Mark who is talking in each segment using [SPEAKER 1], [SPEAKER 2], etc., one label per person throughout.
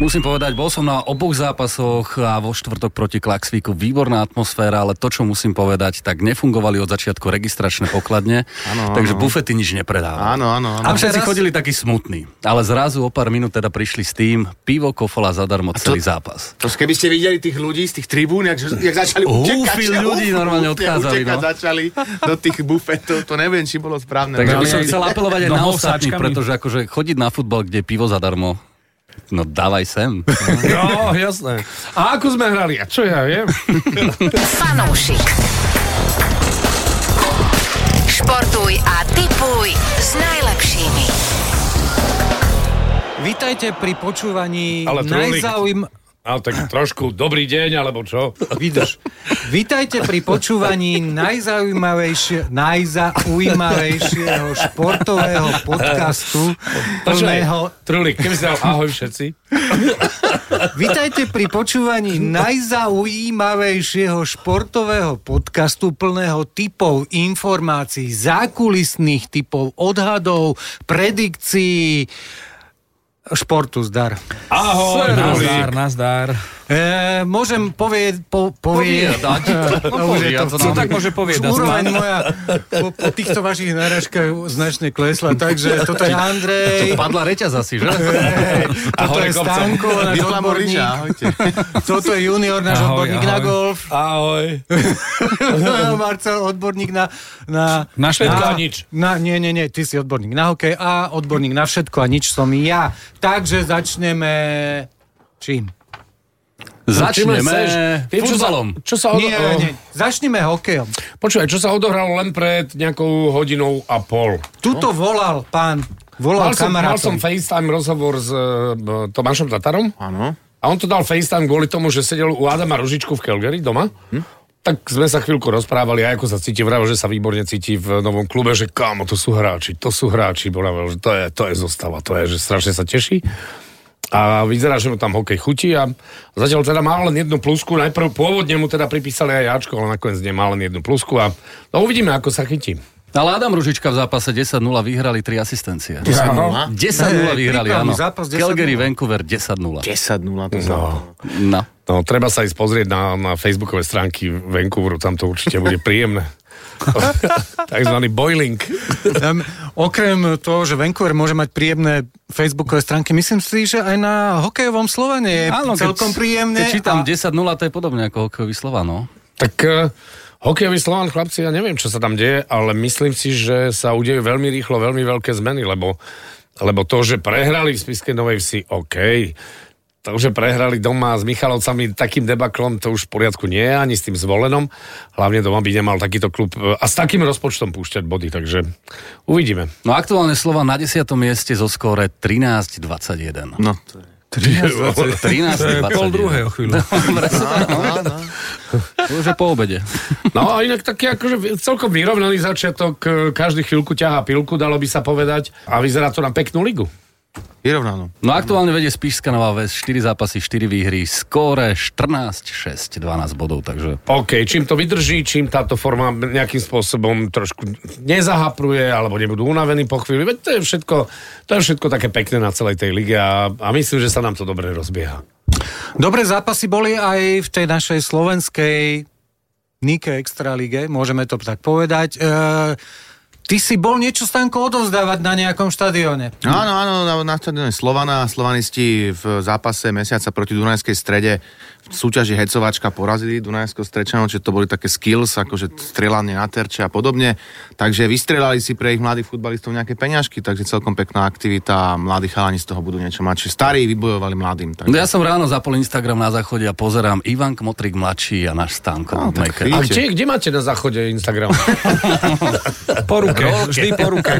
[SPEAKER 1] Musím povedať, bol som na oboch zápasoch a vo štvrtok proti Klaxvíku výborná atmosféra, ale to, čo musím povedať, tak nefungovali od začiatku registračné pokladne,
[SPEAKER 2] Áno,
[SPEAKER 1] takže
[SPEAKER 2] áno.
[SPEAKER 1] bufety nič nepredávali.
[SPEAKER 2] Áno, áno, áno.
[SPEAKER 1] A všetci chodili takí smutní, ale zrazu o pár minút teda prišli s tým, pivo kofola zadarmo celý zápas.
[SPEAKER 2] To, keby ste videli tých ľudí z tých tribún, jak, jak začali
[SPEAKER 1] Húfy
[SPEAKER 2] utekať.
[SPEAKER 1] ľudí
[SPEAKER 2] húfy,
[SPEAKER 1] normálne
[SPEAKER 2] húfne
[SPEAKER 1] odchádzali,
[SPEAKER 2] Utekať
[SPEAKER 1] no.
[SPEAKER 2] začali do tých bufetov, to neviem, či bolo správne.
[SPEAKER 1] Takže
[SPEAKER 2] No,
[SPEAKER 1] by som
[SPEAKER 2] ale-
[SPEAKER 1] chcel apelovať aj na
[SPEAKER 3] nohou
[SPEAKER 1] ostatných,
[SPEAKER 3] sáčkami.
[SPEAKER 1] pretože akože chodiť na futbal, kde je pivo zadarmo, no dávaj sem.
[SPEAKER 3] No, jasné. A ako sme hrali? A čo ja viem?
[SPEAKER 4] Fanúšik. Športuj a tipuj s najlepšími.
[SPEAKER 5] Vítajte pri počúvaní
[SPEAKER 3] Ale trolík.
[SPEAKER 5] najzaujím...
[SPEAKER 3] Ale tak trošku dobrý deň, alebo čo?
[SPEAKER 5] Vidíš. Vítajte pri počúvaní najzaujímavejšie, najzaujímavejšieho športového podcastu plného...
[SPEAKER 3] Trulik, keby si dal ahoj všetci.
[SPEAKER 5] Vítajte pri počúvaní najzaujímavejšieho športového podcastu plného typov, informácií, zákulisných typov, odhadov, predikcií, športu zdar.
[SPEAKER 3] Ahoj, Trulik.
[SPEAKER 5] E, môžem povieť, po, povieť,
[SPEAKER 1] Poviedať. No,
[SPEAKER 5] Už je
[SPEAKER 1] poviedať,
[SPEAKER 5] to-
[SPEAKER 1] no.
[SPEAKER 5] tak môže povedať. Úroveň moja po, po týchto vašich náražkách značne klesla, takže toto je Andrej,
[SPEAKER 1] Padla reťaz asi, že?
[SPEAKER 5] hej, toto
[SPEAKER 3] Ahoj,
[SPEAKER 5] je
[SPEAKER 3] kopcom.
[SPEAKER 5] Stanko, náš
[SPEAKER 2] Vyplamo lyža,
[SPEAKER 5] odborník,
[SPEAKER 2] ahojte.
[SPEAKER 5] toto je junior, náš odborník na golf,
[SPEAKER 3] Ahoj.
[SPEAKER 5] Marcel, odborník na... Na,
[SPEAKER 3] Na všetko a nič.
[SPEAKER 5] Na, nie, nie, nie, ty si odborník na hokej a odborník na všetko a nič som ja. Takže začneme... Čím?
[SPEAKER 1] Začneme
[SPEAKER 3] Chceš? Tým, čo sa-
[SPEAKER 1] futbalom.
[SPEAKER 3] Čo sa odo- oh.
[SPEAKER 5] Nie, nie, začneme hokejom.
[SPEAKER 3] Počúvaj, čo sa odohralo len pred nejakou hodinou a pol.
[SPEAKER 5] Tuto volal pán, volal
[SPEAKER 3] Mal som, mal
[SPEAKER 5] kamarátom.
[SPEAKER 3] som FaceTime rozhovor s eh, b- Tomášom Tatarom
[SPEAKER 2] Áno.
[SPEAKER 3] a on to dal FaceTime kvôli tomu, že sedel u Adama Ružičku v Calgary doma. Tak sme sa chvíľku rozprávali, aj ako sa cíti, vravel, že sa výborne cíti v novom klube, že kámo, to sú hráči, to sú hráči, vravel, že to je, to je zostava, to je, že strašne sa teší. A vyzerá, že mu tam hokej chutí a zatiaľ teda má len jednu plusku. Najprv pôvodne mu teda pripísali aj Ačko, ale nakoniec nemá len jednu plusku a no uvidíme, ako sa chytí.
[SPEAKER 1] Ale Adam Ružička v zápase 10-0 vyhrali 3 asistencie. 10-0
[SPEAKER 2] 10-0.
[SPEAKER 1] vyhrali, áno.
[SPEAKER 5] prípravný zápas 10:0.
[SPEAKER 1] Calgary, Vancouver 10-0.
[SPEAKER 2] 10-0 to sa.
[SPEAKER 1] No.
[SPEAKER 3] No, treba sa ísť pozrieť na, na facebookové stránky Vancouveru, tam to určite bude príjemné. Takzvaný boiling.
[SPEAKER 5] Tam, okrem toho, že Vancouver môže mať príjemné facebookové stránky, myslím si, že aj na hokejovom Slovene je Áno, celkom príjemné.
[SPEAKER 1] Keď čítam
[SPEAKER 5] a-
[SPEAKER 1] 10-0, to je podobne ako hokejový slova, no.
[SPEAKER 3] Tak uh, hokejový Slovan, chlapci, ja neviem, čo sa tam deje, ale myslím si, že sa udejú veľmi rýchlo veľmi veľké zmeny, lebo, lebo to, že prehrali v Spiskej Novej Vsi, OK. To, že prehrali doma s Michalovcami takým debaklom, to už v poriadku nie je, ani s tým zvolenom. Hlavne doma by nemal takýto klub eh, a s takým rozpočtom púšťať body, takže uvidíme.
[SPEAKER 1] No aktuálne slova na 10. mieste zo skóre 13-21.
[SPEAKER 2] No, to je.
[SPEAKER 1] 13-21. Pol druhého chvíľu. Už je po obede.
[SPEAKER 3] No a inak taký akože celkom vyrovnaný začiatok, e, každý chvíľku ťahá pilku, dalo by sa povedať, a vyzerá to na peknú ligu.
[SPEAKER 2] Vyrovnano.
[SPEAKER 1] No aktuálne vedie Spišská Nová Ves 4 zápasy, 4 výhry, skóre 14-6, 12 bodov, takže...
[SPEAKER 3] OK, čím to vydrží, čím táto forma nejakým spôsobom trošku nezahapruje, alebo nebudú unavení po chvíli, veď to je všetko, to je všetko také pekné na celej tej lige a, a myslím, že sa nám to dobre rozbieha.
[SPEAKER 5] Dobré zápasy boli aj v tej našej slovenskej Nike Extralíge, môžeme to tak povedať. E, ty si bol niečo stanko odovzdávať na nejakom štadióne.
[SPEAKER 2] Áno, áno, na, na štadióne Slovana. Slovanisti v zápase mesiaca proti Dunajskej strede v súťaži Hecovačka porazili Dunajského strečanov, čiže to boli také skills, akože strelanie na terče a podobne. Takže vystrelali si pre ich mladých futbalistov nejaké peňažky, takže celkom pekná aktivita. Mladí chalani z toho budú niečo mať. Čiže starí vybojovali mladým.
[SPEAKER 1] No
[SPEAKER 2] Takže...
[SPEAKER 1] ja som ráno zapol Instagram na záchode a pozerám Ivan Kmotrik mladší a náš Stanko. Maker.
[SPEAKER 2] No,
[SPEAKER 3] A
[SPEAKER 2] Vidíte.
[SPEAKER 3] kde, kde máte na záchode Instagram? po ruke, vždy po ruke.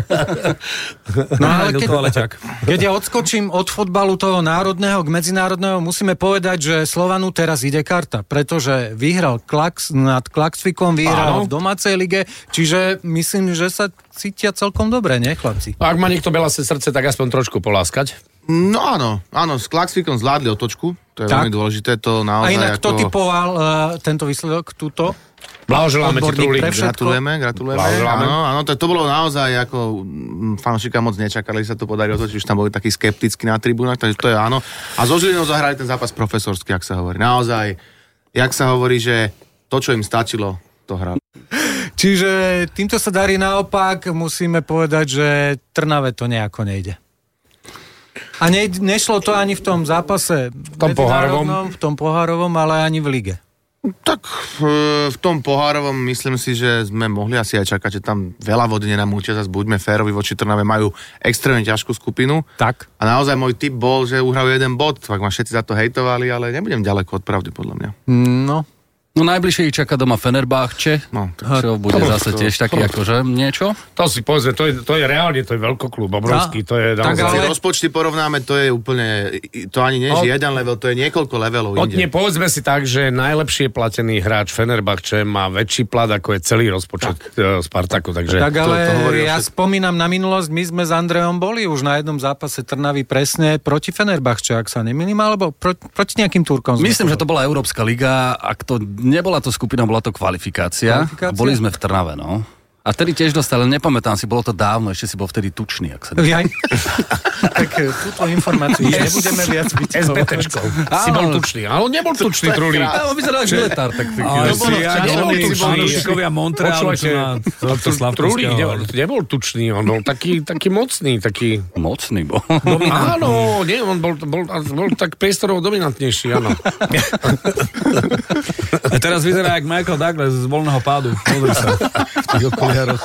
[SPEAKER 5] No, ale keď, keď ja odskočím od fotbalu toho národného k medzinárodného, musíme povedať, že Slovanu teraz ide karta, pretože vyhral Klax, nad Klaxvikom, vyhral
[SPEAKER 3] Áno.
[SPEAKER 5] v domácej lige, čiže myslím, že sa cítia celkom dobre, nie chlapci?
[SPEAKER 3] Ak má niekto belace srdce, tak aspoň trošku poláskať.
[SPEAKER 2] No áno, áno, s Klaxvikom zvládli otočku, to je
[SPEAKER 5] Tak.
[SPEAKER 2] tak. veľmi dôležité, to
[SPEAKER 5] A
[SPEAKER 2] naozaj
[SPEAKER 5] inak,
[SPEAKER 2] ako...
[SPEAKER 5] kto typoval uh, tento výsledok, túto?
[SPEAKER 3] Blahoželáme ti,
[SPEAKER 5] Odborník
[SPEAKER 3] Trulík.
[SPEAKER 5] pre všetko.
[SPEAKER 2] Gratulujeme, gratulujeme.
[SPEAKER 3] Blahoželáme.
[SPEAKER 2] Áno, áno, to, to bolo naozaj ako mm, fanšika moc nečakali, že sa to podarilo otočiť, už tam boli takí skeptickí na tribúnach, takže to je áno. A so Žilinou zahrali ten zápas profesorsky, ak sa hovorí. Naozaj, jak sa hovorí, že to, čo im stačilo, to hrali.
[SPEAKER 5] Čiže týmto sa darí naopak, musíme povedať, že Trnave to nejako nejde. A ne, nešlo to ani v tom zápase v
[SPEAKER 3] tom pohárovom.
[SPEAKER 5] v tom pohárovom, ale ani v lige.
[SPEAKER 2] Tak e, v tom pohárovom myslím si, že sme mohli asi aj čakať, že tam veľa vody nenamúčia, zase buďme férovi, voči Trnave majú extrémne ťažkú skupinu.
[SPEAKER 5] Tak.
[SPEAKER 2] A naozaj môj tip bol, že uhrajú jeden bod, tak ma všetci za to hejtovali, ale nebudem ďaleko od pravdy, podľa mňa.
[SPEAKER 5] No,
[SPEAKER 1] No najbližšie ich čaká doma Fenerbahče,
[SPEAKER 2] No,
[SPEAKER 1] čo bude
[SPEAKER 3] Dobre,
[SPEAKER 1] zase
[SPEAKER 2] to-
[SPEAKER 1] tiež taký akože niečo.
[SPEAKER 3] To si povedzme, to je, to je reálne, to je veľkoklub, obrovský,
[SPEAKER 5] No,
[SPEAKER 3] to je
[SPEAKER 5] tak
[SPEAKER 3] naozaj...
[SPEAKER 2] Ale...
[SPEAKER 5] Ale-
[SPEAKER 2] rozpočty porovnáme, to je úplne, to ani nie je
[SPEAKER 3] Od-
[SPEAKER 2] že jeden level, to je niekoľko levelov inde.
[SPEAKER 3] Odne, povedzme si tak, že najlepšie platený hráč Fenerbahče má väčší plat, ako je celý rozpočet tak. Spartaku, takže...
[SPEAKER 5] tak
[SPEAKER 2] to-
[SPEAKER 5] ale
[SPEAKER 2] to hovorí o
[SPEAKER 5] ja
[SPEAKER 2] všetkom.
[SPEAKER 5] spomínam na minulosť, my sme s Andrejom boli už na jednom zápase Trnavy presne proti Fenerbahče, ak sa nemýlim, alebo pro, proti nejakým Turkom. sme
[SPEAKER 1] Myslím, že to bola Európska liga, ak to nebola to skupina, bola to kvalifikácia. A
[SPEAKER 5] Kvalifikácia?
[SPEAKER 1] boli sme v Trnave, no. A tedy tiež dostali, nepamätám si, bolo to dávno, ešte si bol vtedy tučný, ak sa ne...
[SPEAKER 5] Jaj. tak e, túto informáciu nebudeme viac byť.
[SPEAKER 3] SBTčkou. Si
[SPEAKER 1] Áno.
[SPEAKER 3] bol tučný, ale on nebol tučný, Trulík.
[SPEAKER 1] Ale vyzeral ako letár, tak
[SPEAKER 6] Ale
[SPEAKER 3] si
[SPEAKER 6] si,
[SPEAKER 3] jak
[SPEAKER 6] ja nebol
[SPEAKER 3] oni
[SPEAKER 6] tučný.
[SPEAKER 3] boli.
[SPEAKER 6] Fanúšikovia Montrealu,
[SPEAKER 3] Počúvajte,
[SPEAKER 6] čo na tohto
[SPEAKER 3] Tr- Trulík nebol,
[SPEAKER 6] Slavkovského.
[SPEAKER 3] nebol tučný, on bol taký, taký mocný, taký...
[SPEAKER 1] Mocný bol.
[SPEAKER 3] Áno, nie, on bol, bol, bol tak priestorovo dominantnejší, áno.
[SPEAKER 6] A teraz vyzerá jak Michael Douglas z voľného pádu. Pozri sa. V tých okuliároch.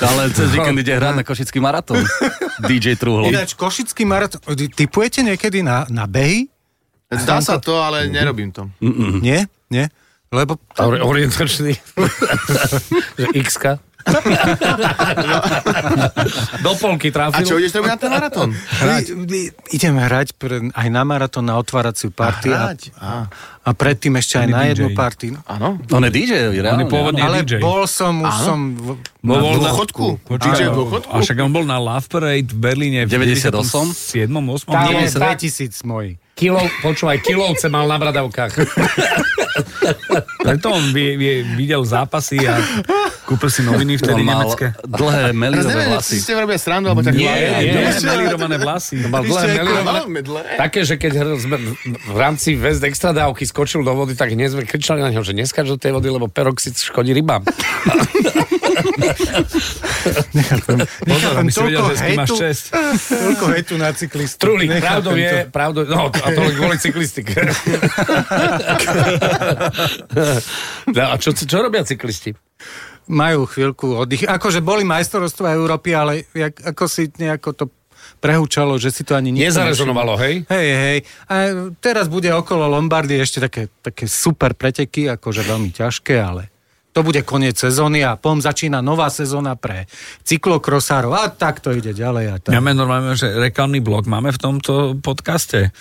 [SPEAKER 1] Ale cez víkend ide hrať na košický maratón. DJ Truhlo.
[SPEAKER 5] Ináč, Košický maratón, typujete niekedy na, na behy?
[SPEAKER 2] Zdá sa to, ale nerobím to.
[SPEAKER 5] Mm-hmm. Nie? Nie? Lebo
[SPEAKER 3] A ori- Orientačný. Že X-ka.
[SPEAKER 6] Do polky
[SPEAKER 2] A
[SPEAKER 6] trafil.
[SPEAKER 2] čo ideš robiť na ten maratón?
[SPEAKER 5] hrať. idem hrať pre, aj na maratón, na otváraciu party a,
[SPEAKER 2] Hrať? Á,
[SPEAKER 5] a predtým ešte aj
[SPEAKER 6] Ani
[SPEAKER 5] na
[SPEAKER 6] DJ.
[SPEAKER 5] jednu party.
[SPEAKER 2] Áno.
[SPEAKER 1] On je DJ, reálne.
[SPEAKER 6] On je pôvodne
[SPEAKER 5] Ale
[SPEAKER 6] DJ.
[SPEAKER 5] bol som, už som... V,
[SPEAKER 6] Bol
[SPEAKER 2] Na
[SPEAKER 6] voľná-
[SPEAKER 2] dôchodku? DJ v dôchodku?
[SPEAKER 6] no. A však on bol na Love Parade v Berlíne v
[SPEAKER 1] 98?
[SPEAKER 6] 7. 8.
[SPEAKER 3] Tam
[SPEAKER 5] nie,
[SPEAKER 3] je
[SPEAKER 6] Nie,
[SPEAKER 3] tak-
[SPEAKER 5] 2000 môj.
[SPEAKER 3] Kilo, počúvaj, kilovce mal na bradavkách.
[SPEAKER 6] Preto on vie, vie, videl zápasy a kúpil si noviny
[SPEAKER 1] On No,
[SPEAKER 6] vtedy
[SPEAKER 1] mal
[SPEAKER 6] nemecké.
[SPEAKER 1] dlhé
[SPEAKER 2] Teraz
[SPEAKER 1] melírové
[SPEAKER 2] neviem,
[SPEAKER 1] vlasy.
[SPEAKER 2] či ste robia srandu, alebo tak
[SPEAKER 6] Nie,
[SPEAKER 3] nie.
[SPEAKER 6] nie, melírované vlasy.
[SPEAKER 3] Mal dlhé melírované
[SPEAKER 2] medle.
[SPEAKER 3] Také, že keď hr- sme v rámci väzd extra dávky skočil do vody, tak hneď sme kričali na ňo, že neskáč do tej vody, lebo peroxid škodí rybám.
[SPEAKER 6] Pozor,
[SPEAKER 5] Nechápem
[SPEAKER 6] aby si vedel,
[SPEAKER 5] toľko
[SPEAKER 6] že s kým máš
[SPEAKER 5] hejtu.
[SPEAKER 6] čest.
[SPEAKER 5] Toľko hejtu na cyklistu.
[SPEAKER 3] Trulík, pravdou je, pravdou, no to- a to len kvôli cyklistike. no, a čo, čo robia cyklisti?
[SPEAKER 5] Majú chvíľku oddych. Akože boli majstrovstvá Európy, ale jak, ako si nejako to prehúčalo, že si to ani nikto
[SPEAKER 3] Nezarezonovalo, hej?
[SPEAKER 5] Hej, hej. A teraz bude okolo Lombardie ešte také, také super preteky, akože veľmi ťažké, ale to bude koniec sezóny a pom začína nová sezóna pre cyklokrosárov a tak to ide ďalej. A tak.
[SPEAKER 6] Máme normálne, že reklamný blok máme v tomto podcaste.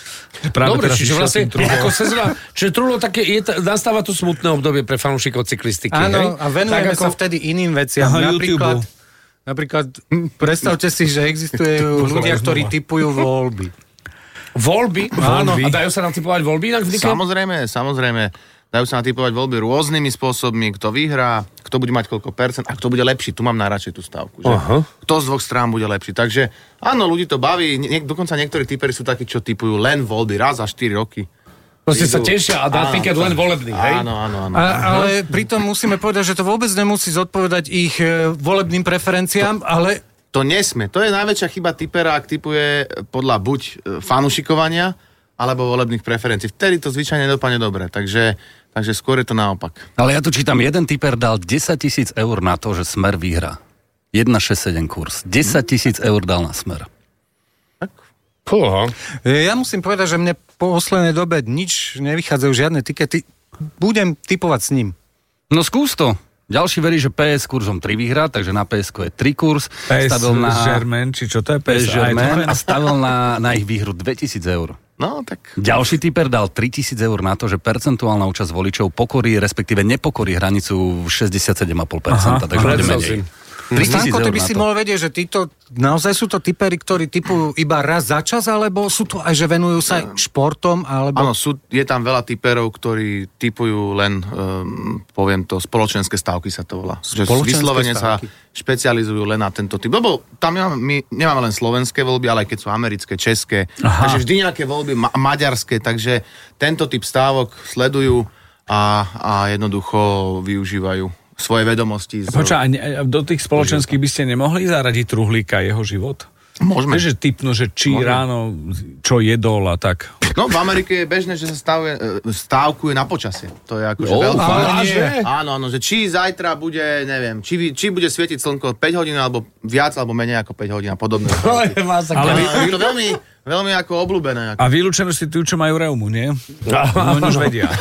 [SPEAKER 6] Práve
[SPEAKER 3] Dobre,
[SPEAKER 6] teraz
[SPEAKER 3] čiže
[SPEAKER 6] išiel
[SPEAKER 3] vlastne,
[SPEAKER 6] tým druhom.
[SPEAKER 3] ako sezóna, čiže trulo také, je, t- nastáva to smutné obdobie pre fanúšikov cyklistiky, hej?
[SPEAKER 5] Áno, a venujeme
[SPEAKER 3] Tak
[SPEAKER 5] ako... sa vtedy iným veciam.
[SPEAKER 6] Aha,
[SPEAKER 5] napríklad,
[SPEAKER 6] YouTube-u.
[SPEAKER 5] napríklad, predstavte si, že existujú ľudia, ktorí typujú voľby.
[SPEAKER 3] Voľby, áno, a dajú sa nám typovať voľby inak v Nike?
[SPEAKER 2] Samozrejme, samozrejme. Dajú sa natypovať voľby rôznymi spôsobmi, kto vyhrá, kto bude mať koľko percent a kto bude lepší. Tu mám najradšej tú stavku. Že?
[SPEAKER 3] Aha.
[SPEAKER 2] Kto z dvoch strán bude lepší. Takže áno, ľudí to baví. Niek- dokonca niektorí typeri sú takí, čo typujú len voľby raz za 4 roky.
[SPEAKER 3] Proste sa
[SPEAKER 2] Prídu-
[SPEAKER 3] tešia a dá
[SPEAKER 2] Áno,
[SPEAKER 3] tiket len volebný, hej?
[SPEAKER 2] Áno, áno, áno.
[SPEAKER 5] A, ale pritom musíme povedať, že to vôbec nemusí zodpovedať ich e, volebným preferenciám, ale
[SPEAKER 2] To nesme. To je najväčšia chyba typera, ak typuje podľa buď e, fanušikovania, alebo volebných preferencií. Vtedy to zvyčajne dopadne dobre. Takže, takže skôr je to naopak.
[SPEAKER 1] Ale ja tu čítam, jeden typer dal 10 tisíc eur na to, že Smer vyhra. 1,67 kurz. 10 tisíc eur dal na Smer.
[SPEAKER 3] Púha.
[SPEAKER 5] E, Ja musím povedať, že mne po poslednej dobe nič nevychádzajú žiadne tikety. Budem typovať s ním.
[SPEAKER 1] No skús to. Ďalší verí, že PS kurzom 3 vyhrá, takže na PSK je 3 kurz.
[SPEAKER 6] PS Germain, či čo to je?
[SPEAKER 1] PS Germain a
[SPEAKER 6] Aj to-
[SPEAKER 1] stavil na, na ich výhru 2000 eur.
[SPEAKER 2] No, tak...
[SPEAKER 1] Ďalší typer dal 3000 eur na to, že percentuálna účasť voličov pokorí, respektíve nepokorí hranicu 67,5%,
[SPEAKER 6] Aha,
[SPEAKER 1] takže bude
[SPEAKER 3] Predstav
[SPEAKER 1] menej.
[SPEAKER 3] si.
[SPEAKER 1] Mhm. Hm,
[SPEAKER 5] Pri
[SPEAKER 1] Tisíc
[SPEAKER 5] Stanko, ty
[SPEAKER 1] eur
[SPEAKER 5] by
[SPEAKER 1] na
[SPEAKER 5] si
[SPEAKER 1] to.
[SPEAKER 5] mohol vedieť, že títo, naozaj sú to typery, ktorí typujú iba raz za čas, alebo sú to aj, že venujú sa športom, alebo...
[SPEAKER 2] Áno, sú, je tam veľa typerov, ktorí typujú len, um, poviem to, spoločenské stávky sa to volá. Že
[SPEAKER 5] Spoločenské
[SPEAKER 2] vyslovene
[SPEAKER 5] stávky.
[SPEAKER 2] sa špecializujú len na tento typ. Lebo tam ja, my nemáme len slovenské voľby, ale aj keď sú americké, české. Aha. Takže vždy nejaké voľby ma- maďarské. Takže tento typ stávok sledujú a, a jednoducho využívajú svoje vedomosti. Z...
[SPEAKER 6] Počkaj, a ne- a do tých spoločenských by ste nemohli zaradiť truhlíka jeho život?
[SPEAKER 2] Môžeme.
[SPEAKER 6] Vieš, že typnú, že či Môžeme. ráno, čo jedol a tak.
[SPEAKER 2] No, v Amerike je bežné, že sa stávuje, e, stávkuje na počasie. To je akože oh, veľmi...
[SPEAKER 3] Vážne?
[SPEAKER 2] Áno, áno, že či zajtra bude, neviem, či, vy- či bude svietiť slnko 5 hodín, alebo viac, alebo menej ako 5 hodín a podobne. Ale
[SPEAKER 6] Ale
[SPEAKER 2] je to veľmi, veľmi ako obľúbené. Ako.
[SPEAKER 6] a vylúčené si tí, čo majú reumu, nie? No, oni už vedia.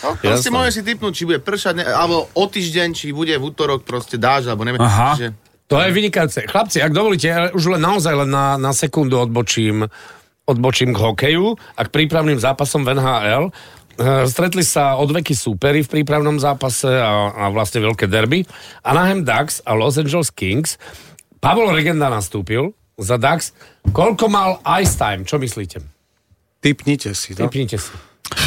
[SPEAKER 2] No, proste môžeš si typnúť, či bude pršať, ne, alebo o týždeň, či bude v útorok proste dáž, alebo neviem.
[SPEAKER 6] Aha.
[SPEAKER 2] Že,
[SPEAKER 3] To je vynikajúce. Chlapci, ak dovolíte, ja už len naozaj len na, na sekundu odbočím, odbočím k hokeju a k prípravným zápasom v NHL. E, stretli sa odveky súperi v prípravnom zápase a, a vlastne veľké derby. Anaheim Ducks a Los Angeles Kings. Pavol Regenda nastúpil za Ducks. Koľko mal ice time? Čo myslíte?
[SPEAKER 2] No.
[SPEAKER 5] Typnite si to.
[SPEAKER 3] Typnite si.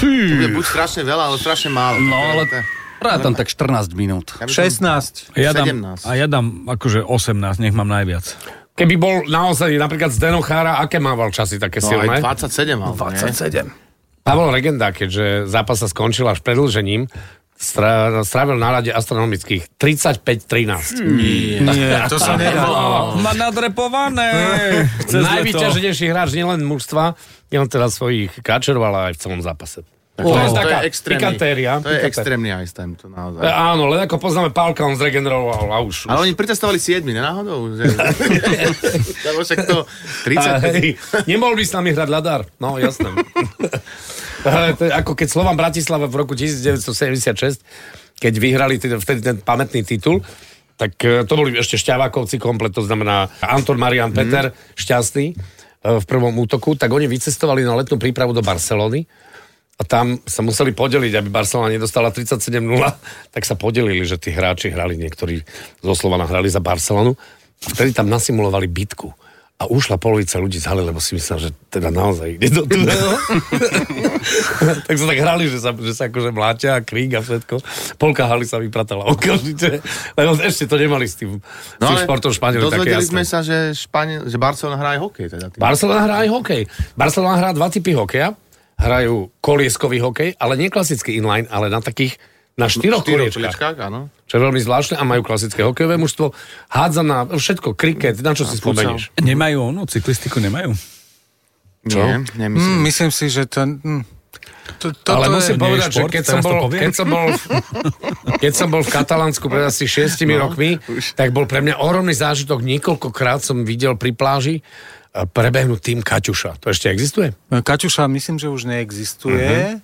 [SPEAKER 2] to bude buď strašne veľa, alebo strašne málo.
[SPEAKER 1] No, ale
[SPEAKER 2] To je-
[SPEAKER 1] rátam tak 14 minút.
[SPEAKER 2] ja by som-
[SPEAKER 5] 16.
[SPEAKER 6] Ja dám,
[SPEAKER 2] 17.
[SPEAKER 6] a ja dám akože 18, nech mám najviac.
[SPEAKER 3] Keby bol naozaj napríklad z Denochára, aké mával časy také
[SPEAKER 2] No,
[SPEAKER 3] silné?
[SPEAKER 2] aj 27 mal. 27.
[SPEAKER 3] Pavol Regenda, keďže zápas sa skončil až predlžením, stra- strávil na rade astronomických 35-13.
[SPEAKER 5] Nie, to sa nedá.
[SPEAKER 6] Má nadrepované. Cez leto.
[SPEAKER 3] Najvyťaženejší hráč nielen mužstva, nielen teda svojich káčerov, ale aj v celom zápase.
[SPEAKER 2] To, je- to je
[SPEAKER 3] taká
[SPEAKER 2] extrémny,
[SPEAKER 3] pikantéria.
[SPEAKER 2] to je
[SPEAKER 3] Pikantéria.
[SPEAKER 2] extrémný ice time, to naozaj.
[SPEAKER 3] E, Áno, len ako poznáme Pálka, on zregeneroval a už.
[SPEAKER 2] Ale oni pritestovali 7, nenáhodou? Že... Lebo však to
[SPEAKER 3] A
[SPEAKER 2] 30...
[SPEAKER 3] hej, nemohol by s nami hrať ľadár. No, jasné. Ale to je ako keď Slovan Bratislava v roku 1976, keď vyhrali t- vtedy ten pamätný titul, tak e, to boli ešte Šťavákovci komplet, to znamená Anton Marian Peter, šťastný e, v prvom útoku, tak oni vycestovali na letnú prípravu do Barcelony a tam sa museli podeliť, aby Barcelona nedostala 37-0, tak sa podelili, že tí hráči hrali, niektorí zo Slovana hrali za Barcelonu. A vtedy tam nasimulovali bitku. A ušla polovica ľudí z haly, lebo si myslel, že teda naozaj ide
[SPEAKER 2] No.
[SPEAKER 3] do tunela. tak sa tak hrali, že sa, že sa akože mláťa a krík a všetko. Polka haly sa vypratala okamžite, lebo ešte to nemali s tým, no, tým športom Španieli také
[SPEAKER 2] dozvedeli
[SPEAKER 3] jasné.
[SPEAKER 2] sme sa, že, Španie, že Barcelona hrá aj hokej. Teda tým.
[SPEAKER 3] Barcelona hrá aj hokej. Barcelona hrá dva typy hokeja. Hrajú kolieskový hokej, ale nie klasický inline, ale na takých, na štyroch koliečkách.
[SPEAKER 2] áno.
[SPEAKER 3] Čo je veľmi zvláštne a majú klasické hokejové mužstvo. Hádza na všetko, kriket, na čo si spomenieš.
[SPEAKER 6] Nemajú ono, cyklistiku nemajú.
[SPEAKER 2] Čo? Nie, nemyslím.
[SPEAKER 3] Hmm.
[SPEAKER 5] Hm, myslím si, že to... Hm. To, toto
[SPEAKER 3] Ale
[SPEAKER 5] je...
[SPEAKER 3] musím
[SPEAKER 6] nie je
[SPEAKER 3] povedať, že
[SPEAKER 6] šport,
[SPEAKER 3] keď som,
[SPEAKER 6] teraz to
[SPEAKER 3] bol,
[SPEAKER 6] poviem.
[SPEAKER 3] keď, som bol, v- keď som bol v Katalánsku pred asi šiestimi no, rokmi, tak bol pre mňa ohromný zážitok. Niekoľkokrát som videl pri pláži eh, prebehnúť tým Kaťuša. To ešte existuje?
[SPEAKER 5] Kaťuša, myslím, že už neexistuje.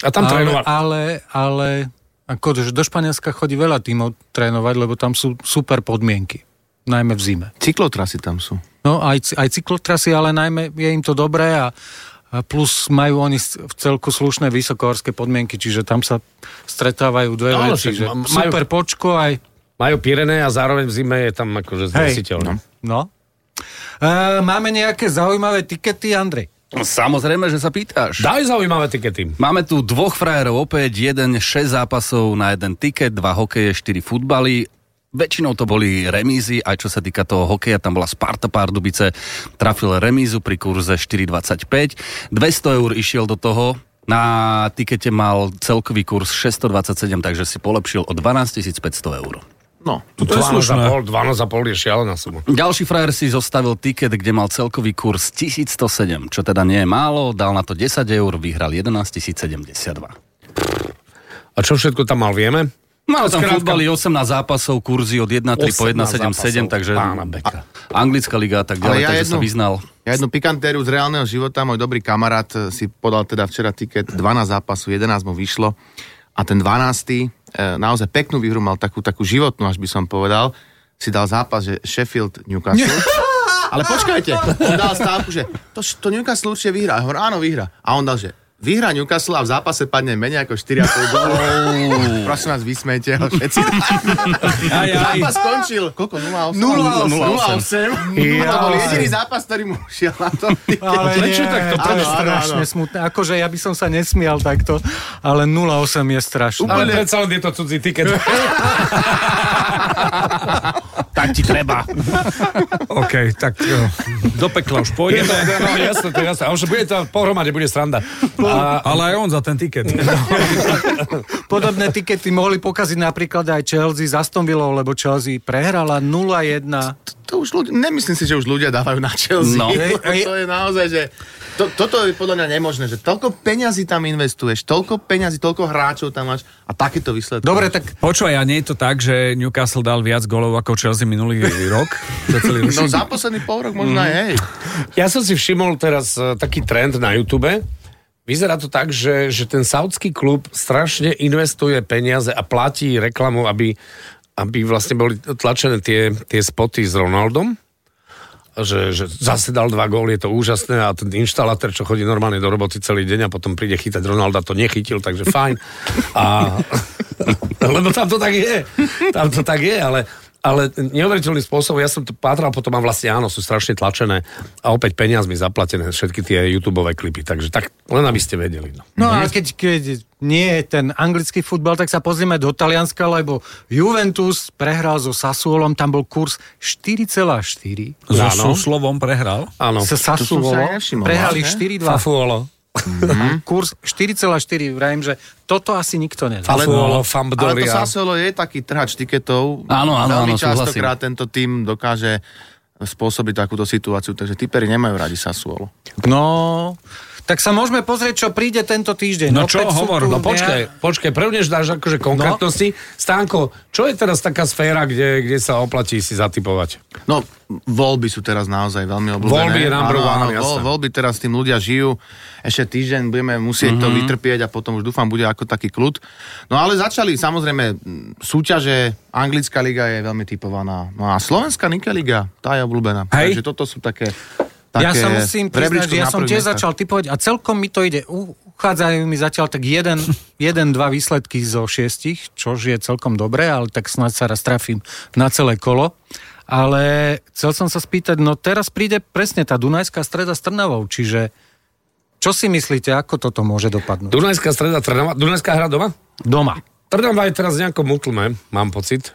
[SPEAKER 3] A tam
[SPEAKER 5] ale,
[SPEAKER 3] trénoval.
[SPEAKER 5] ale, ale ako, že do Španielska chodí veľa tímov trénovať, lebo tam sú super podmienky. Najmä v zime.
[SPEAKER 2] Cyklotrasy tam sú.
[SPEAKER 5] No aj, cy- aj cyklotrasy, ale najmä je im to dobré a, a plus majú oni s- v celku slušné vysokohorské podmienky, čiže tam sa stretávajú dve
[SPEAKER 3] No, ale
[SPEAKER 5] veci.
[SPEAKER 3] však
[SPEAKER 5] Že
[SPEAKER 3] ma- majú-
[SPEAKER 5] super počko aj...
[SPEAKER 3] Majú Pirené a zároveň v zime je tam akože znesiteľné.
[SPEAKER 5] No. E, máme nejaké zaujímavé tikety, Andrej.
[SPEAKER 1] Samozrejme, že sa pýtaš.
[SPEAKER 3] Daj zaujímavé tikety.
[SPEAKER 1] Máme tu dvoch frajerov opäť, jeden 6 zápasov na jeden tiket, dva hokeje, 4 futbaly. Väčšinou to boli remízy, aj čo sa týka toho hokeja, tam bola Sparta Pardubice, trafil remízu pri kurze 4,25. 200 eur išiel do toho, na tikete mal celkový kurz 627, takže si polepšil o 12 500 eur.
[SPEAKER 2] No.
[SPEAKER 6] To
[SPEAKER 3] 12
[SPEAKER 6] je
[SPEAKER 3] a
[SPEAKER 6] slušné.
[SPEAKER 3] pol, 12 a pol je šialená suma.
[SPEAKER 1] Ďalší frajer si zostavil tiket, kde mal celkový kurz 1107, čo teda nie je málo, dal na to 10 eur, vyhral 11 072.
[SPEAKER 3] A čo všetko tam mal, vieme?
[SPEAKER 1] Mal tam
[SPEAKER 3] To skrátka-
[SPEAKER 1] futbali 18 zápasov, kurzy od 1,3 po 1,77,
[SPEAKER 3] 18 zápasov.
[SPEAKER 1] takže
[SPEAKER 3] Pána Beka.
[SPEAKER 1] a- anglická liga a tak ďalej,
[SPEAKER 2] Ale ja
[SPEAKER 1] takže sa
[SPEAKER 2] jednu-
[SPEAKER 1] vyznal.
[SPEAKER 2] Ja jednu pikantériu z reálneho života, môj dobrý kamarát e, si podal teda včera tiket, 12 zápasu, 11 mu vyšlo a ten 12. e, naozaj peknú výhru mal, takú, takú životnú, až by som povedal, si dal zápas, že Sheffield Newcastle. Ale počkajte, on dal stávku, že to, to Newcastle určite vyhrá. Ja hovorím, áno, vyhrá. A on dal, že Vyhrá Newcastle a v zápase padne menej ako 4,5 gólov. Prosím vás, vysmejte ho všetci.
[SPEAKER 6] Aj, aj.
[SPEAKER 2] Zápas skončil. Koľko? 0,8? 0,8. To bol jediný zápas, ktorý mu šiel na to.
[SPEAKER 5] Ale
[SPEAKER 3] Prečo
[SPEAKER 5] nie,
[SPEAKER 3] takto?
[SPEAKER 5] To je
[SPEAKER 2] Áno, áno,
[SPEAKER 5] strašne
[SPEAKER 2] áno.
[SPEAKER 5] smutné. Akože ja by som sa nesmial takto, ale 0,8 je strašné.
[SPEAKER 3] Ale predsa len je to cudzí tiket.
[SPEAKER 1] Tak ti treba.
[SPEAKER 6] OK, tak jo.
[SPEAKER 3] eh,
[SPEAKER 6] do pekla už
[SPEAKER 3] Je
[SPEAKER 6] pôjdeme.
[SPEAKER 3] to, no, jasné, to je jasné. A už bude to pohromade, bude sranda. A,
[SPEAKER 6] Ale aj on za ten tiket.
[SPEAKER 5] Podobné tikety mohli pokaziť napríklad aj Chelsea s Aston Villou, lebo Chelsea prehrala 0-1.
[SPEAKER 2] To už ľudia, nemyslím si, že už ľudia dávajú na Chelsea.
[SPEAKER 1] No.
[SPEAKER 2] No. to je naozaj, že to, toto je podľa mňa nemožné, že toľko peňazí tam investuješ, toľko peňazí, toľko hráčov tam máš a takéto výsledky.
[SPEAKER 5] Dobre, tak
[SPEAKER 6] Počúvaj, a nie je to tak, že Newcastle dal viac golov ako Chelsea minulý rok? Za celý
[SPEAKER 2] No
[SPEAKER 6] ročník?
[SPEAKER 2] za posledný pol rok možno aj, hej.
[SPEAKER 3] ja som si všimol teraz e, taký trend na YouTube. Vyzerá to tak, že, že ten saudský klub strašne investuje peniaze a platí reklamu, aby, aby vlastne boli tlačené tie, tie spoty s Ronaldom. Že, že zase dal dva góly, je to úžasné a ten inštalátor, čo chodí normálne do roboty celý deň a potom príde chytať Ronalda, to nechytil, takže fajn. A, lebo tam to tak je. Tam to tak je, ale, ale neuveriteľným spôsobom, ja som to pátral potom a vlastne áno, sú strašne tlačené a opäť peniazmi zaplatené všetky tie YouTube klipy, takže tak len aby ste vedeli. No.
[SPEAKER 5] No a keď, keď nie je ten anglický futbal, tak sa pozrieme do Talianska, lebo Juventus prehral so Sassuolom, tam bol kurz 4,4.
[SPEAKER 6] So
[SPEAKER 3] Áno.
[SPEAKER 6] Suslovom prehral?
[SPEAKER 3] Áno.
[SPEAKER 5] Sa
[SPEAKER 2] To som si aj
[SPEAKER 5] Sassuolo
[SPEAKER 2] nevšimol,
[SPEAKER 5] prehrali
[SPEAKER 2] ne?
[SPEAKER 5] 4,2.
[SPEAKER 3] Fafuolo.
[SPEAKER 5] Kurz 4,4, vrajím, že toto asi nikto nedá.
[SPEAKER 3] Ale no,
[SPEAKER 2] Ale to
[SPEAKER 3] Fambdoria.
[SPEAKER 2] Sassuolo je taký trhač tiketov.
[SPEAKER 1] Áno, áno,
[SPEAKER 2] Veľmi
[SPEAKER 1] áno,
[SPEAKER 2] častokrát tento tým dokáže spôsobiť takúto situáciu, takže typeri nemajú radi Sassuolo.
[SPEAKER 5] No, tak sa môžeme pozrieť, čo príde tento týždeň.
[SPEAKER 6] No čo,
[SPEAKER 5] Opäť sú
[SPEAKER 6] hovor,
[SPEAKER 5] tu
[SPEAKER 3] No
[SPEAKER 5] nejak-
[SPEAKER 3] počkaj, počkaj, prvnež dáš akože konkrétnosti. No. Stánko, čo je teraz taká sféra, kde, kde sa oplatí si zatypovať?
[SPEAKER 2] No, voľby sú teraz naozaj veľmi obľúbené.
[SPEAKER 3] Voľby je number one, jasné.
[SPEAKER 2] vo- Voľby teraz tým ľudia žijú. Ešte týždeň budeme musieť
[SPEAKER 5] Mhm.
[SPEAKER 2] mm-hmm. to vytrpieť a potom už dúfam bude ako taký kľud. No ale začali samozrejme m, súťaže, anglická liga je veľmi typovaná. No a slovenská Nike liga, tá je obľúbená.
[SPEAKER 6] Hej.
[SPEAKER 2] Takže toto sú také... také
[SPEAKER 5] Ja sa musím priznať,
[SPEAKER 2] rebríčko
[SPEAKER 5] že
[SPEAKER 2] na
[SPEAKER 5] ja som
[SPEAKER 2] prvých
[SPEAKER 5] tiež
[SPEAKER 2] miestach.
[SPEAKER 5] začal typovať a celkom mi to ide. U- Uchádzajú mi zatiaľ tak jeden, jeden, dva výsledky zo šiestich, čo je celkom dobré, ale tak snáď sa raz trafím na celé kolo. Ale chcel som sa spýtať, no teraz príde presne tá Dunajská streda s Trnavou, čiže čo si myslíte, ako toto môže dopadnúť?
[SPEAKER 3] Dunajská streda, Trnava, Dunajská hra doma?
[SPEAKER 5] Doma.
[SPEAKER 3] Trnava je teraz nejako mutlme, mám pocit.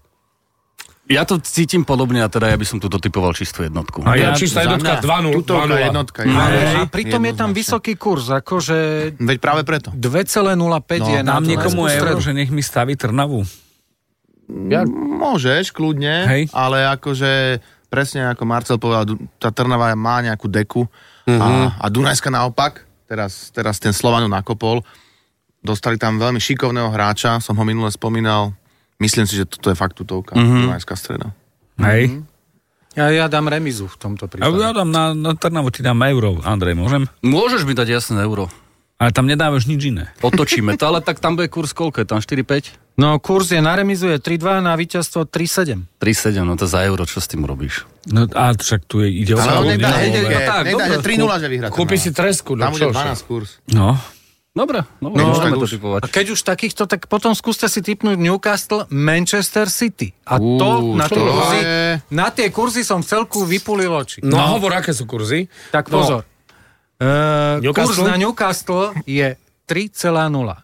[SPEAKER 1] Ja to cítim podobne a teda ja by som tu dotypoval čistú jednotku.
[SPEAKER 3] A ja, čistá jednotka 2-0.
[SPEAKER 2] Tutovka
[SPEAKER 3] 2-0.
[SPEAKER 2] jednotka.
[SPEAKER 5] Ale, a
[SPEAKER 2] jednotka.
[SPEAKER 5] pritom je tam
[SPEAKER 2] Jednoznačne.
[SPEAKER 5] vysoký kurz, akože
[SPEAKER 2] Veď práve preto.
[SPEAKER 5] 2,05 je na
[SPEAKER 6] No, Dám
[SPEAKER 5] Dunajskú
[SPEAKER 6] niekomu
[SPEAKER 5] stredu.
[SPEAKER 6] euro, že nech mi staví Trnavu.
[SPEAKER 2] Môžeš, kľudne,
[SPEAKER 6] Hej.
[SPEAKER 2] Hej. ale akože presne ako Marcel povedal, Du- tá Trnava má nejakú deku uh-huh. a, a Dunajska naopak, teraz, teraz ten Slovanu nakopol, dostali tam veľmi šikovného hráča, som ho minule spomínal, myslím si, že toto je fakt tutovka, uh-huh. Dunajská streda. Mhm.
[SPEAKER 6] Hej.
[SPEAKER 5] Ja, ja dám remizu v tomto
[SPEAKER 6] Ja,
[SPEAKER 5] prípade.
[SPEAKER 6] ja dám na, na Trnavu ti dám euro, Andrej, môžem?
[SPEAKER 1] Môžeš mi dať jasné euro.
[SPEAKER 6] Ale tam nedávaš nič iné.
[SPEAKER 1] Otočíme to, ale tak tam bude kurz koľko je? Tam 4,5?
[SPEAKER 5] No, kurz je na remizu je 3-2, na víťazstvo 3-7.
[SPEAKER 1] 3,7, no to za euro, čo s tým robíš?
[SPEAKER 6] No a však tu je, ide
[SPEAKER 2] Ale
[SPEAKER 6] o
[SPEAKER 2] on
[SPEAKER 6] pravdu,
[SPEAKER 2] nedá, nedá,
[SPEAKER 6] nie o hovor.
[SPEAKER 2] nedá,
[SPEAKER 6] Tak,
[SPEAKER 2] nedá,
[SPEAKER 6] dobre.
[SPEAKER 2] že 3-0, že vyhrá.
[SPEAKER 3] Kúpi
[SPEAKER 2] Trnava.
[SPEAKER 3] si tresku, no
[SPEAKER 2] Tam bude
[SPEAKER 3] čo
[SPEAKER 2] 12 kurs.
[SPEAKER 6] No,
[SPEAKER 1] Dobre, dobre,
[SPEAKER 2] No,
[SPEAKER 1] môžeme
[SPEAKER 2] tak
[SPEAKER 1] to
[SPEAKER 2] už.
[SPEAKER 1] typovať.
[SPEAKER 5] A keď už takýchto, tak potom skúste si typnúť Newcastle, Manchester City. A
[SPEAKER 1] Ú,
[SPEAKER 5] to, na, tie
[SPEAKER 2] to
[SPEAKER 5] kurzy,
[SPEAKER 2] je-
[SPEAKER 5] na tie kurzy som v celku vypulil oči.
[SPEAKER 3] No, no hovor, aké sú kurzy.
[SPEAKER 5] Tak pozor. No. E, kurz
[SPEAKER 3] Newcastle?
[SPEAKER 5] na Newcastle je 3,0.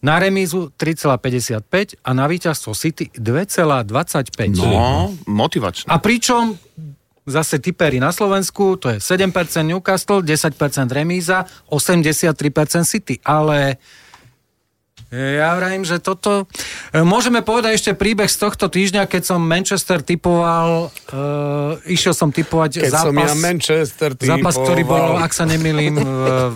[SPEAKER 5] Na remízu 3,55 a na víťazstvo City 2,25.
[SPEAKER 2] No, motivačné.
[SPEAKER 5] A pričom zase typery na Slovensku, to je 7% Newcastle, 10% remíza, 83% City, ale e, ja vravím, že toto... e, Môžeme povedať ešte príbeh z tohto týždňa, keď som Manchester typoval, uh, išiel som typovať
[SPEAKER 3] Keď
[SPEAKER 5] zápas,
[SPEAKER 3] som ja Manchester
[SPEAKER 5] zápas, ktorý bol,
[SPEAKER 3] typoval.
[SPEAKER 5] ak sa nemýlim, v,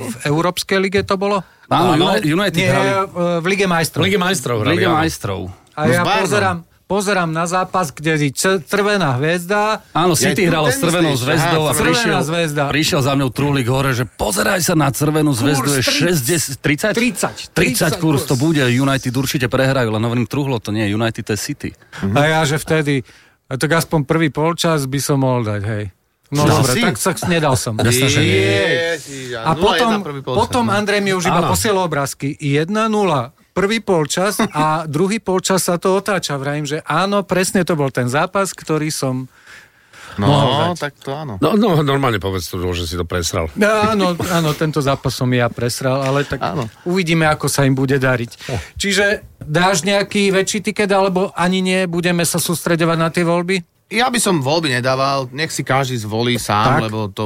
[SPEAKER 5] v Európskej lige to bolo?
[SPEAKER 1] Áno,
[SPEAKER 3] Áno,
[SPEAKER 1] Uni- United
[SPEAKER 5] Nie,
[SPEAKER 1] hrali.
[SPEAKER 5] e, v Lige majstrov.
[SPEAKER 3] V Lige majstrov
[SPEAKER 1] V
[SPEAKER 3] hrali.
[SPEAKER 1] Lige
[SPEAKER 3] áno.
[SPEAKER 1] majstrov.
[SPEAKER 5] A
[SPEAKER 2] No s
[SPEAKER 5] ja
[SPEAKER 2] Bayernom.
[SPEAKER 5] pozerám, pozerám na zápas, kde je čer- červená hviezda
[SPEAKER 1] Áno, City
[SPEAKER 2] tu
[SPEAKER 1] hralo s
[SPEAKER 2] ten
[SPEAKER 1] Červenou
[SPEAKER 2] myslíš?
[SPEAKER 1] zväzdou a
[SPEAKER 2] Aha,
[SPEAKER 5] Červená
[SPEAKER 1] prišiel,
[SPEAKER 5] zväzda.
[SPEAKER 1] prišiel za mňou Trulík hore, že pozeraj sa na Červenú zväzdu, je 60, 30?
[SPEAKER 5] 30,
[SPEAKER 1] 30 kurz to bude, United určite prehrajú, len hovorím truhlo, to nie je
[SPEAKER 2] Mhm.
[SPEAKER 1] United, to je City.
[SPEAKER 5] A ja, že vtedy, a tak aspoň prvý polčas by som mohol dať, hej. No
[SPEAKER 2] Dal
[SPEAKER 5] dobre,
[SPEAKER 2] si?
[SPEAKER 5] tak sa nedal som.
[SPEAKER 2] Jasné, že nie.
[SPEAKER 5] A potom, potom Andrej mi už iba posiela obrázky. 1-0, prvý polčas a druhý polčas sa to otáča. Vrajím, že áno, presne to bol ten zápas, ktorý som...
[SPEAKER 2] No, tak to áno.
[SPEAKER 3] No, no normálne povedz to, že si to presral.
[SPEAKER 5] Áno, áno, tento zápas som ja presral, ale tak
[SPEAKER 2] Áno.
[SPEAKER 5] áno. uvidíme, ako sa im bude dariť.
[SPEAKER 2] Oh.
[SPEAKER 5] Čiže dáš nejaký väčší tiket, alebo ani nie, budeme sa sústredovať na tie voľby?
[SPEAKER 2] Ja by som voľby nedával, nech si každý zvolí sám,
[SPEAKER 5] Tak.
[SPEAKER 2] tak. lebo to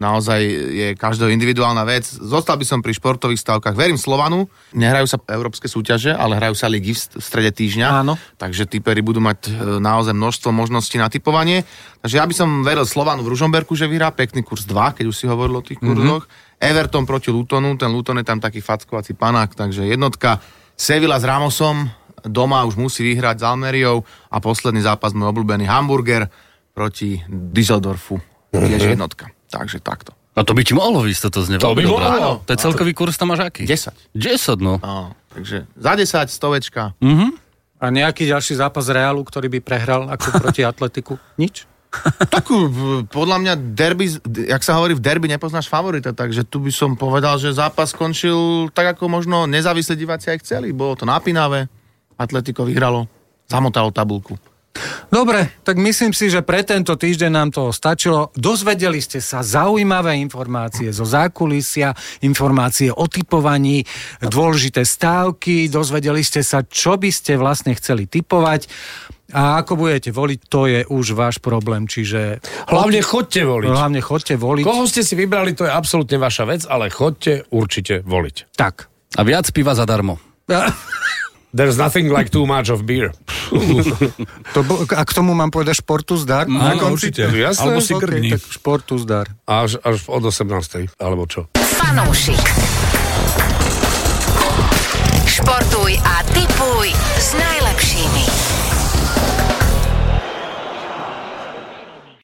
[SPEAKER 2] naozaj je každého individuálna vec. Zostal by som pri športových stavkách. Verím Slovanu, nehrajú sa európske súťaže, ale hrajú sa ligy v st- v strede týždňa.
[SPEAKER 5] Áno.
[SPEAKER 2] Takže typeri budú mať e, naozaj množstvo možností na typovanie. Takže ja by som veril Slovanu v Ružomberku, že vyhrá pekný kurz 2, keď už si hovoril o tých kurzoch. Mm-hmm. Everton proti Lutonu, ten Luton je tam taký fackovací panák, takže jednotka. Sevilla s Ramosom, doma už musí vyhrať s Almeriou a posledný zápas môj obľúbený Hamburger proti Düsseldorfu, tiež jednotka. Takže takto.
[SPEAKER 1] A No to by ti mohlo ísť toto zne.
[SPEAKER 3] To by
[SPEAKER 1] veľmi
[SPEAKER 3] mohlo.
[SPEAKER 1] dobre.
[SPEAKER 2] Áno.
[SPEAKER 1] To je celkový kurz tam máš aký?
[SPEAKER 2] 10.
[SPEAKER 1] 10, no.
[SPEAKER 2] No, takže za 10, stovečka.
[SPEAKER 5] A nejaký ďalší zápas Realu, ktorý by prehral ako proti Atletiku? Nič?
[SPEAKER 2] Takú, v- podľa mňa derby, d- jak sa hovorí, v derby nepoznáš favorita, takže tu by som povedal, že zápas skončil tak, ako možno nezávislí diváci aj chceli. Bolo to napínavé, Atletico vyhralo, zamotalo tabulku.
[SPEAKER 5] Dobre, tak myslím si, že pre tento týždeň nám to stačilo. Dozvedeli ste sa zaujímavé informácie zo zákulisia, informácie o typovaní, dôležité stávky, dozvedeli ste sa, čo by ste vlastne chceli typovať a ako budete voliť, to je už váš problém, čiže
[SPEAKER 3] Hlavne chodte voliť.
[SPEAKER 5] hlavne chodte voliť.
[SPEAKER 3] Koho ste si vybrali, to je absolútne vaša vec, ale chodte určite voliť.
[SPEAKER 5] Tak.
[SPEAKER 1] A viac piva zadarmo.
[SPEAKER 3] There's nothing like too much of beer.
[SPEAKER 5] To bo, a k tomu mám povedať športu zdar?
[SPEAKER 6] Áno, určite.
[SPEAKER 3] Jasné,
[SPEAKER 6] Alebo si
[SPEAKER 3] ok,
[SPEAKER 6] krkni.
[SPEAKER 5] No, tak športu zdar.
[SPEAKER 3] Až, až od 18. Alebo čo?
[SPEAKER 4] Fanúšik. Športuj a tipuj s najlepšími.